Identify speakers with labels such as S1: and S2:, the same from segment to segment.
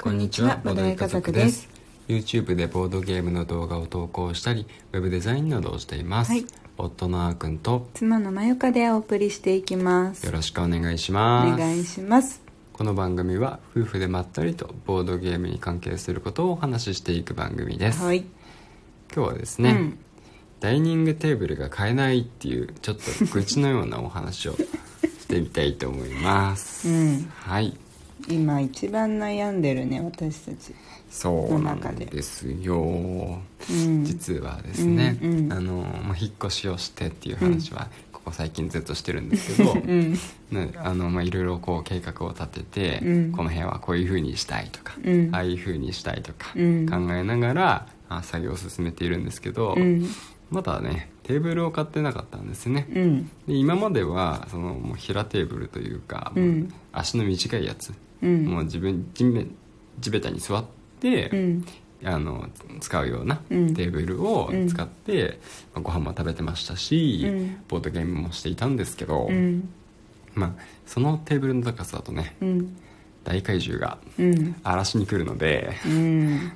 S1: こんにちはボドゲ家族です
S2: YouTube でボードゲームの動画を投稿したりウェブデザインなどをしています、
S1: はい
S2: 夫のあーくんと
S1: 妻のまゆかでお送りしていきます
S2: よろしくお願いし
S1: お
S2: ます
S1: 願いします
S2: この番組は夫婦でまったりとボードゲームに関係することをお話ししていく番組です、
S1: はい
S2: 今日はですね、
S1: うん
S2: ダイニングテーブルが買えないっていうちょっと愚痴のようなお話をしてみたいと思います、
S1: うん
S2: はい
S1: 今一番悩んでるね私たち
S2: そうな
S1: の中
S2: ん
S1: で
S2: ですよ、
S1: うん
S2: 実はですね、
S1: うんうん
S2: あのまあ、引っ越しをしてっていう話はここ最近ずっとしてるんですけど、
S1: うん
S2: ねあのまあ、いろいろこう計画を立てて、
S1: うん
S2: この辺はこういうふうにしたいとか、
S1: うん
S2: ああいうふうにしたいとか考
S1: うん
S2: えながら、あ作業を進めているんですけど、
S1: うん
S2: まだねテーブルを買ってなかったんですね、
S1: うん
S2: で今まではそのもう平テーブルというか、もう
S1: うん
S2: 足の短いやつ、
S1: うん
S2: もう自分地べ地べたに座って、
S1: うん
S2: あの使うようなテ
S1: うん
S2: ーブルを使って、まあご飯も食べてましたし、
S1: うん
S2: ボードゲームもしていたんですけど、
S1: うん
S2: まあ、そのテーブルの高さだとね
S1: うん
S2: 大怪獣が
S1: うん
S2: 荒らしに来るので
S1: うん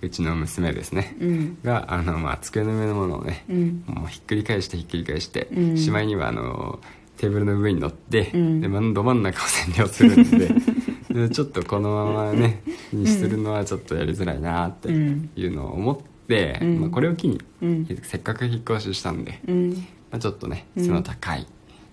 S2: うちの娘ですね、
S1: うん
S2: があの、まあ、机の上のものをね、
S1: うん
S2: もうひっくり返してひっくり返して、
S1: うん
S2: しまいにはあのテーブルの上に乗って、
S1: うん
S2: でまんど真ん中を占領するんで でちょっとこのままねにするのはちょっとやりづらいなっていうのを思って、
S1: うん
S2: まあ、これを機に、
S1: うん
S2: せっかく引っ越ししたんで、
S1: うん
S2: まあ、ちょっとね
S1: うん
S2: 背の高い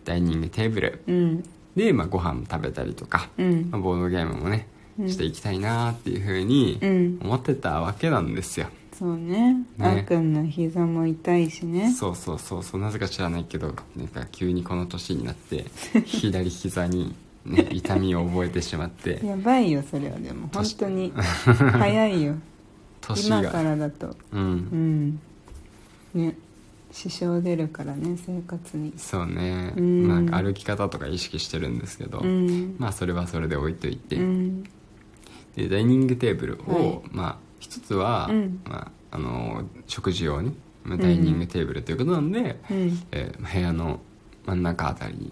S2: ダイニングテーブル
S1: うん
S2: で、まあ、ご飯食べたりとか、
S1: うん
S2: まあ、ボードゲームもね
S1: うん
S2: していきたいなっていうふうに
S1: うん
S2: 思ってたわけなんですよ、
S1: そうねあーくんの膝も痛いしね
S2: そうそうそうそうなぜか知らないけどなんか急にこの年になって 左膝に、ね、痛みを覚えてしまって
S1: やばいよそれはでも本当 に早い よ
S2: 年
S1: 今か
S2: が、
S1: らだと
S2: う、
S1: うんんね支障出るからね生活に
S2: そうね、
S1: うん
S2: まあなんか歩き方とか意識してるんですけど、
S1: うん
S2: まあそれはそれで置いといて、
S1: うん
S2: でダイニングテーブルを、
S1: はい
S2: まあ一つは、
S1: うん
S2: まあ、あの食事用に、まあ、
S1: うん
S2: ダイニングテーブルということなんで、
S1: うん
S2: えー部屋の真ん中あたり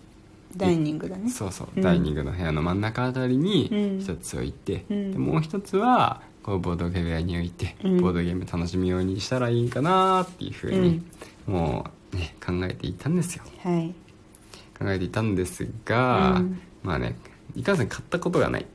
S1: ダイニングだ
S2: に
S1: ね
S2: そうそう、
S1: うん
S2: ダイニングの部屋の真ん中あたり
S1: うん
S2: に一つ置いて、
S1: うん
S2: でもう一つはこうボードゲーム屋に置いて、
S1: うん
S2: ボードゲーム楽しむようにしたらいいかなっていうふうに、もうね考えていたんですよ
S1: はい
S2: 考えていたんですが、
S1: うん
S2: まあねいかんせん買ったことがない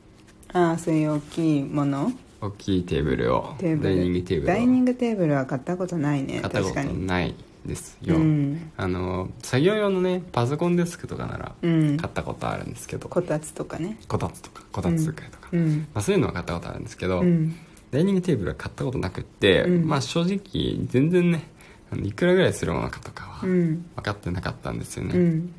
S1: ああそういう大きいもの
S2: 大きいテーブルを
S1: テーブル
S2: ダイニングテーブルを
S1: ダイニングテーブルは買ったことない
S2: 買
S1: ね
S2: ったこ
S1: 確
S2: と
S1: かに
S2: ないです
S1: う
S2: よ、
S1: ん
S2: あの作業用のねパソコンデスクとかなら
S1: うん
S2: 買ったことあるんですけど、
S1: こたつとかね
S2: こたつとかこたつ机とか、
S1: うん
S2: まあ、そういうのは買ったことあるんですけど、
S1: うん
S2: ダイニングテーブルは買ったことなくって、
S1: うん
S2: まあ正直全然ねあのいくらぐらいするものかとかは
S1: う
S2: 分
S1: ん
S2: かってなかったんですよね、
S1: うん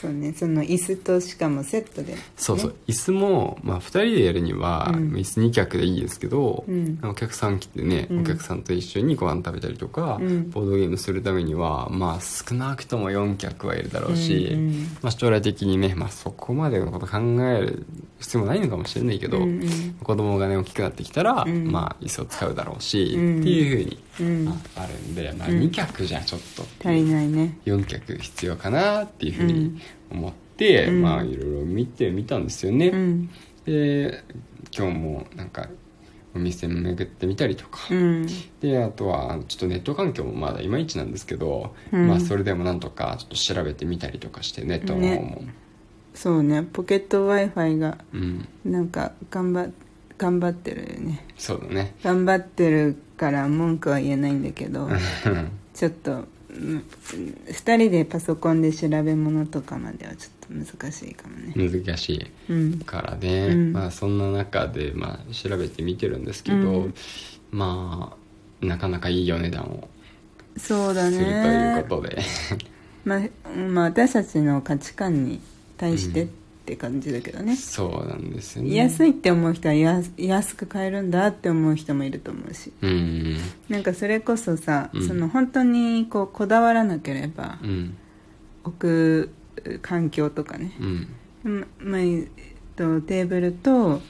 S1: そうねその椅子としかもセットで
S2: そうそう
S1: ね
S2: 椅子も、まあ、2人でやるには、
S1: うん
S2: 椅子2脚でいいですけど、
S1: うん
S2: お客さん来てね、
S1: うん
S2: お客さんと一緒にご飯食べたりとか、
S1: うん
S2: ボードゲームするためにはまあ少なくとも4脚はいるだろうし、
S1: うんうん
S2: まあ、将来的にね、まあ、そこまでのこと考える必要もないのかもしれないけど、
S1: うんうん
S2: 子供がね大きくなってきたら、
S1: うん
S2: まあ椅子を使うだろうし、
S1: うん
S2: っていうふうに
S1: うん
S2: まああるんで、まあ、
S1: うん
S2: 2脚じゃちょっとって
S1: 足り
S2: いう
S1: ないね
S2: 4脚必要かなっていうふうに思って、
S1: うん
S2: まあいろいろ見てみたんですよね、
S1: うん
S2: で今日もなんかお店巡ってみたりとか、
S1: うん
S2: であとはちょっとネット環境もまだいまいちなんですけど、
S1: うん
S2: まあそれでもなんとかちょっと調べてみたりとかしてネットの方も、
S1: そうねポケット w i f i が
S2: うん
S1: なんか頑張頑張ってるよね
S2: そうだね
S1: 頑張ってるから文句は言えないんだけどちょっと2人でパソコンで調べ物とかまではちょっと難しいかもね
S2: 難しい
S1: うん
S2: からね、
S1: うん
S2: まあそんな中で、まあ、調べてみてるんですけど、
S1: うん
S2: まあなかなかいいお値段を
S1: そうだ
S2: するとい
S1: ね
S2: うことで、
S1: まあ、まあ私たちの価値観に対してって感じだけどね、
S2: そうなんですよね
S1: 安
S2: い
S1: いって思う人はや安く買えるんだって思う人もいると思うし
S2: うん
S1: なんかそれこそさ、
S2: うん
S1: その本当にこうこだわらなければ
S2: うん
S1: 置く環境とかね、
S2: うん
S1: ままあえっと、テーブルと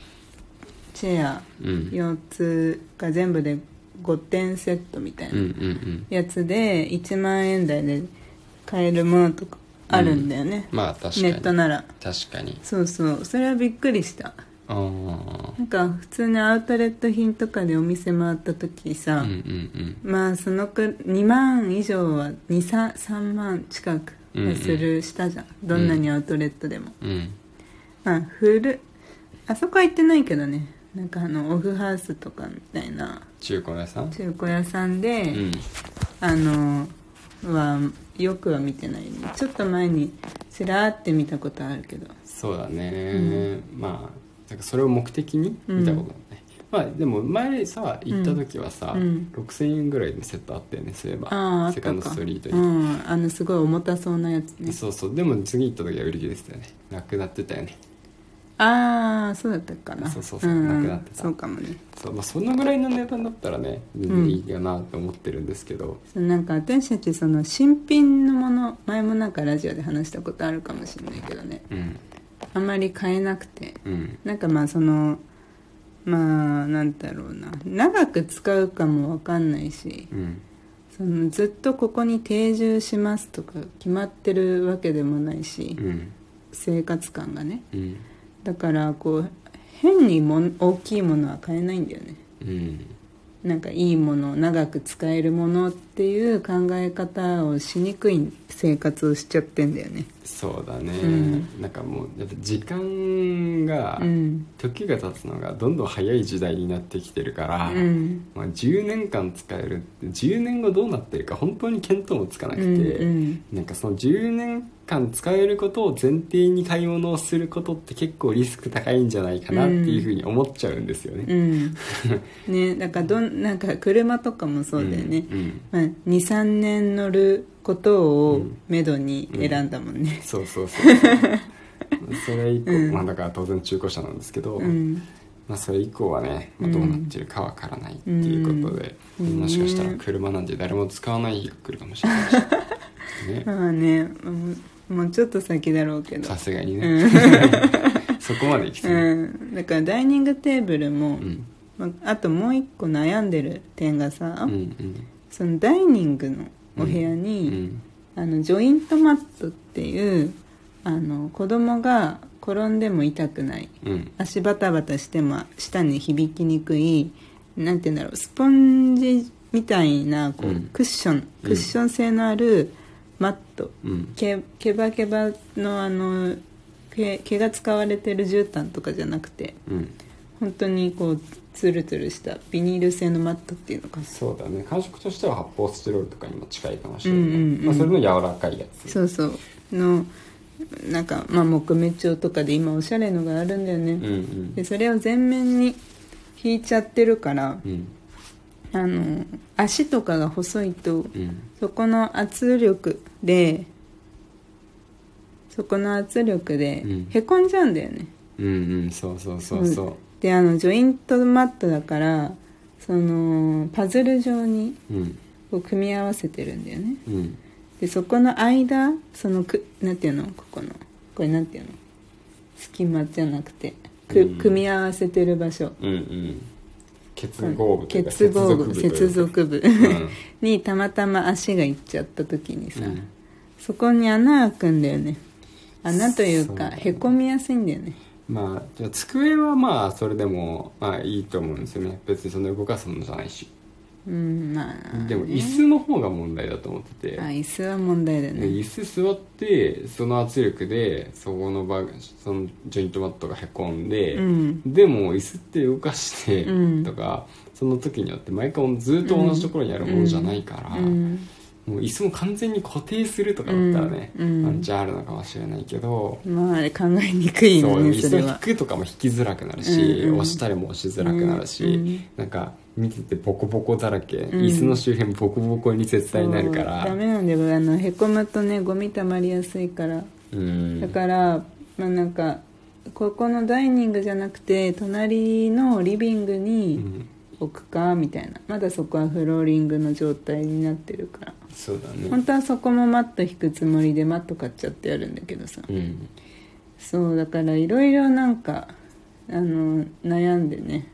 S1: チェア
S2: うんうん
S1: 4つが全部で5点セットみたい
S2: うんう
S1: なんやつで1万円台で買えるものとかあるんだよね、
S2: まあ確かに
S1: ネットなら
S2: 確かに
S1: そうそうそれはびっくりした
S2: ああ
S1: なんか普通のアウトレット品とかでお店回った時
S2: う
S1: さ、
S2: んうん
S1: まあそのく2万以上は23万近くはするしたじゃん、どんなにアウトレットでも、
S2: うんうん
S1: まあ古あそこは行ってないけどねなんかあのオフハウスとかみたいな
S2: 中古屋さん
S1: 中古屋さんで、
S2: うん
S1: あのはよくは見てないねちょっと前にちらーって見たことあるけど
S2: そうだね、
S1: う
S2: まあなんかそれを目的に見たことだね、まあでも前さ行った時はさ、
S1: うん
S2: 6000円ぐらいのセットあったよねそういえば
S1: あああっ
S2: セカ
S1: た
S2: ンド
S1: か
S2: ストリート
S1: う
S2: に、
S1: んあのすごい重たそうなやつね
S2: そうそうでも次行った時は売り切れてたよねなくなってたよね
S1: ああそうだったかな
S2: そうそうそうんなくなってた
S1: そうかもね
S2: そうまあそのぐらいの値段だったらね全然いいかなと思ってるんですけど、
S1: そうなんか私たちその新品のもの前もなんかラジオで話したことあるかもしれないけどね
S2: うん
S1: あんまり買えなくて
S2: うん
S1: なんかまあそのまあなんだろうな長く使うかもわかんないし
S2: うん
S1: そのずっとここに定住しますとか決まってるわけでもないし、
S2: うん
S1: 生活感がね
S2: うん
S1: だからこう変にもん大きいものは買えないんだよね
S2: うん
S1: なんかいいもの長く使えるものっていう考え方をしにくい生活をしちゃってんだよね
S2: そうだね、
S1: うん
S2: なんかもうやっぱ時間が、
S1: うん
S2: 時が経つのがどんどん早い時代になってきてるから、
S1: うん
S2: まあ、10年間使えるって10年後どうなってるか本当に見当もつかなくて、
S1: うん
S2: なんかその10年間使えることを前提に買い物をすることって結構リスク高いんじゃないかなっていうふうに思っちゃうんですよ
S1: う
S2: ね。
S1: ん、ねだからどんなんか車とかもそうだよね、
S2: うんうん
S1: まあ、23年乗ること
S2: う
S1: を
S2: ん
S1: めどに選んだもんね、
S2: そうそうそう それ以降、
S1: うん
S2: まあ、だから当然中古車なんですけど、
S1: うん
S2: まあ、それ以降はね、まあ、どうなってるかわからないっていうことで、
S1: うん
S2: もしかしたら車なんて誰も使わない日が来るかもしれないしね
S1: まあねもうもうちょっと先だろうけど
S2: さすがに
S1: う
S2: ね、
S1: ん、
S2: そこまで行きたい、
S1: うん、だからダイニングテーブルも、
S2: うん
S1: まあ、あともう一個悩んでる点が
S2: う
S1: さ、
S2: んうん
S1: そのダイニングのお部屋
S2: う
S1: に、
S2: ん
S1: あのジョイントマットっていうあの子供が転んでも痛くない
S2: うん
S1: 足バタバタしても下に響きにくいなんて言うんだろうスポンジみたいなこう、
S2: うん
S1: クッション
S2: うん
S1: クッション性のあるマット、
S2: うん
S1: けケバケバのあの毛毛が使われてる絨毯とかじゃなくて
S2: うん
S1: 本当にこうツルツルしたビニール製のマットっていうのかな
S2: そうだね感触としては発泡スチロールとかにも近いかもしれない、
S1: うんうんうん
S2: まあ、それの柔らかいやつ
S1: そうそうのなんか、まあ、木目調とかで今おしゃれのがあるんだよね、
S2: うんうん
S1: でそれを全面に引いちゃってるから
S2: うん
S1: あの足とかが細いと
S2: うん
S1: そこの圧力でそこの圧力で
S2: うん
S1: へこんじゃうんだよね、
S2: うんうんそうそうそうそ
S1: であのジョイントマットだからそのパズル状に
S2: ううん
S1: こう組み合わせてるんだよね
S2: うん
S1: でそこの間そのくなんていうのここのこれなんていうの隙間じゃなくてく
S2: うん
S1: 組み合わせてる場所
S2: うんうん結合部というか
S1: 結合部接
S2: 接
S1: 続部
S2: 部というか
S1: にたまたま足がいっちゃった時にさ、
S2: うんうん
S1: そこに穴開くんだよね穴という
S2: そうだ
S1: か
S2: ね
S1: へこみやすいんだよね
S2: まあ、じゃあ机はまあそれでもまあいいと思うんですよね別にそんな動かすものじゃないし
S1: うんまあ
S2: でも
S1: ね
S2: 椅子の方が問題だと思ってて、
S1: あ椅子は問題だよ
S2: で
S1: ね
S2: 椅子座ってその圧力でそこの場そのジョイントマットがへこんで、
S1: うん
S2: でも椅子って動かして
S1: うん
S2: とか、その時によって毎回ずっと同じところにあるものじゃないから、
S1: うん
S2: もう椅子も完全に固定するとかだったらね、
S1: うんうん
S2: ワンチャンあるのかもしれないけど、
S1: まああれ考えにくい
S2: そ
S1: よ
S2: う
S1: ね
S2: 椅
S1: そ
S2: 子
S1: れ
S2: を引
S1: は
S2: くとかも引きづらくなるし、
S1: うんうん
S2: 押したりも押しづらくなるし、
S1: うん
S2: なんか見ててボコボコだらけ、
S1: ん
S2: 椅子の周辺ボコボコに絶対なるか
S1: そうダ
S2: ら
S1: メなんだよあのへこむとねゴミ溜まりやすいから
S2: うん
S1: だから、まあなんかここのダイニングじゃなくて隣のリビング
S2: う
S1: に
S2: ん
S1: 置くかみたいなまだそこはフローリングの状態になってるから
S2: そうだね
S1: 本当はそこもマット引くつもりでマット買っちゃってやるんだけどさ
S2: うん
S1: そうだからいろいろなんかあの悩んでね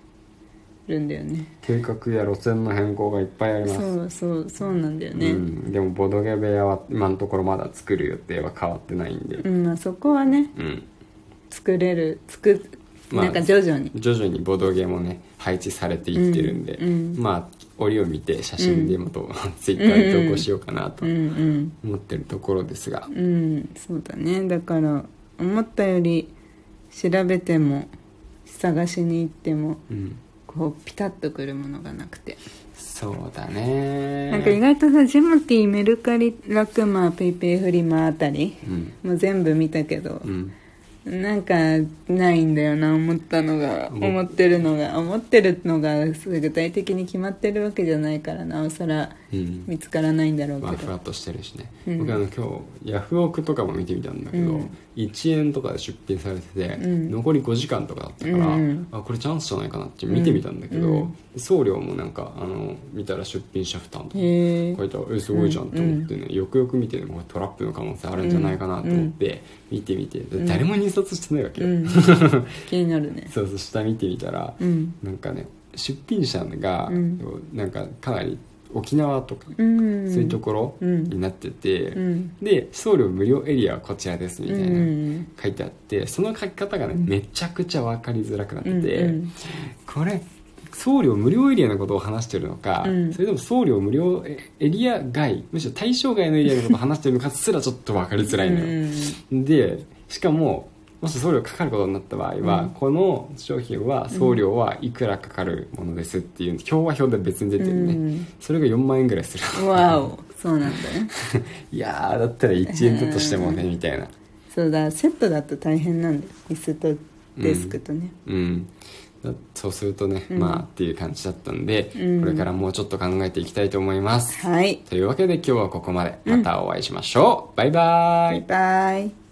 S1: るんだよね
S2: 計画や路線の変更がいっぱいあります
S1: そうそうそうなんだよね、
S2: うん、でもボドゲ部屋は今のところまだ作る予定は変わってないんで
S1: うんまあ、そこはね
S2: うん
S1: 作れる作
S2: まあ
S1: なんか徐々に
S2: 徐々にボドゲもね配置されていってるんで、
S1: うんうん
S2: まあ折を見て写真でもと、 ツイッターに投稿しようかなと
S1: うんうん
S2: 思ってるところですが、
S1: うんそうだねだから思ったより調べても探しに行っても
S2: うん
S1: こうピタッとくるものがなくて、
S2: そうだね
S1: なんか意外とさジモティーメルカリラクマペイペイフリマあたり
S2: うん、
S1: もう全部見たけど
S2: う、ん、
S1: なんかないんだよな思ったのが
S2: 思っ
S1: 思ってるのが思ってるのが具体的に決まってるわけじゃないからなおさら
S2: うん
S1: 見つからないんだろう
S2: まあ、
S1: け
S2: ふわ
S1: ど
S2: っとしてるしね、
S1: うん
S2: 僕あの今日ヤフオクとかも見てみたんだけど、
S1: うん
S2: 1円とかで出品されてて、
S1: うん
S2: 残り5時間とかだったから、
S1: うんうん
S2: あこれチャンスじゃないかなって見てみたんだけど、
S1: うん
S2: 送料もなんかあの見たら出品者負担とか
S1: へえ
S2: 書いてあるえすごいじゃんと思ってね、よくよく見てねこれトラップの可能性あるんじゃないかなと思って見てみて、
S1: ん
S2: 誰も入札してないわけ
S1: う
S2: よ、
S1: ん気になるね
S2: そうそう下見てみたら、
S1: うん
S2: なんかね出品者が、
S1: うん
S2: なんかかなり沖縄とか、
S1: うん
S2: そういうところ
S1: うん
S2: になってて、
S1: うん
S2: で送料無料エリアはこちらですみたいな、
S1: うん
S2: 書いてあってその書き方がね、めちゃくちゃ分かりづらくなってて、
S1: うんうん
S2: これ送料無料エリアのことを話してるのか、
S1: うん
S2: それとも送料無料エリア外むしろ対象外のエリアのことを話してるのかすらちょっと分かりづらいのよ。でしかももし送料かかることになった場合は、
S1: うん
S2: この商品は送料はいくらかかるものですっていう表は表で別に出てるね、
S1: うん
S2: それが4万円ぐらいする
S1: うんわおそうなんだね
S2: いやーだったら1円だとしてもねみたいな
S1: そうだセットだと大変なんだよ椅子とデスクとね
S2: うんだそうするとね、
S1: うん
S2: まあっていう感じだったんで、
S1: うん
S2: これからもうちょっと考えていきたいと思います、
S1: はい
S2: というわけで今日はここまでまたお会いしましょう、バイバーイ
S1: バイバイ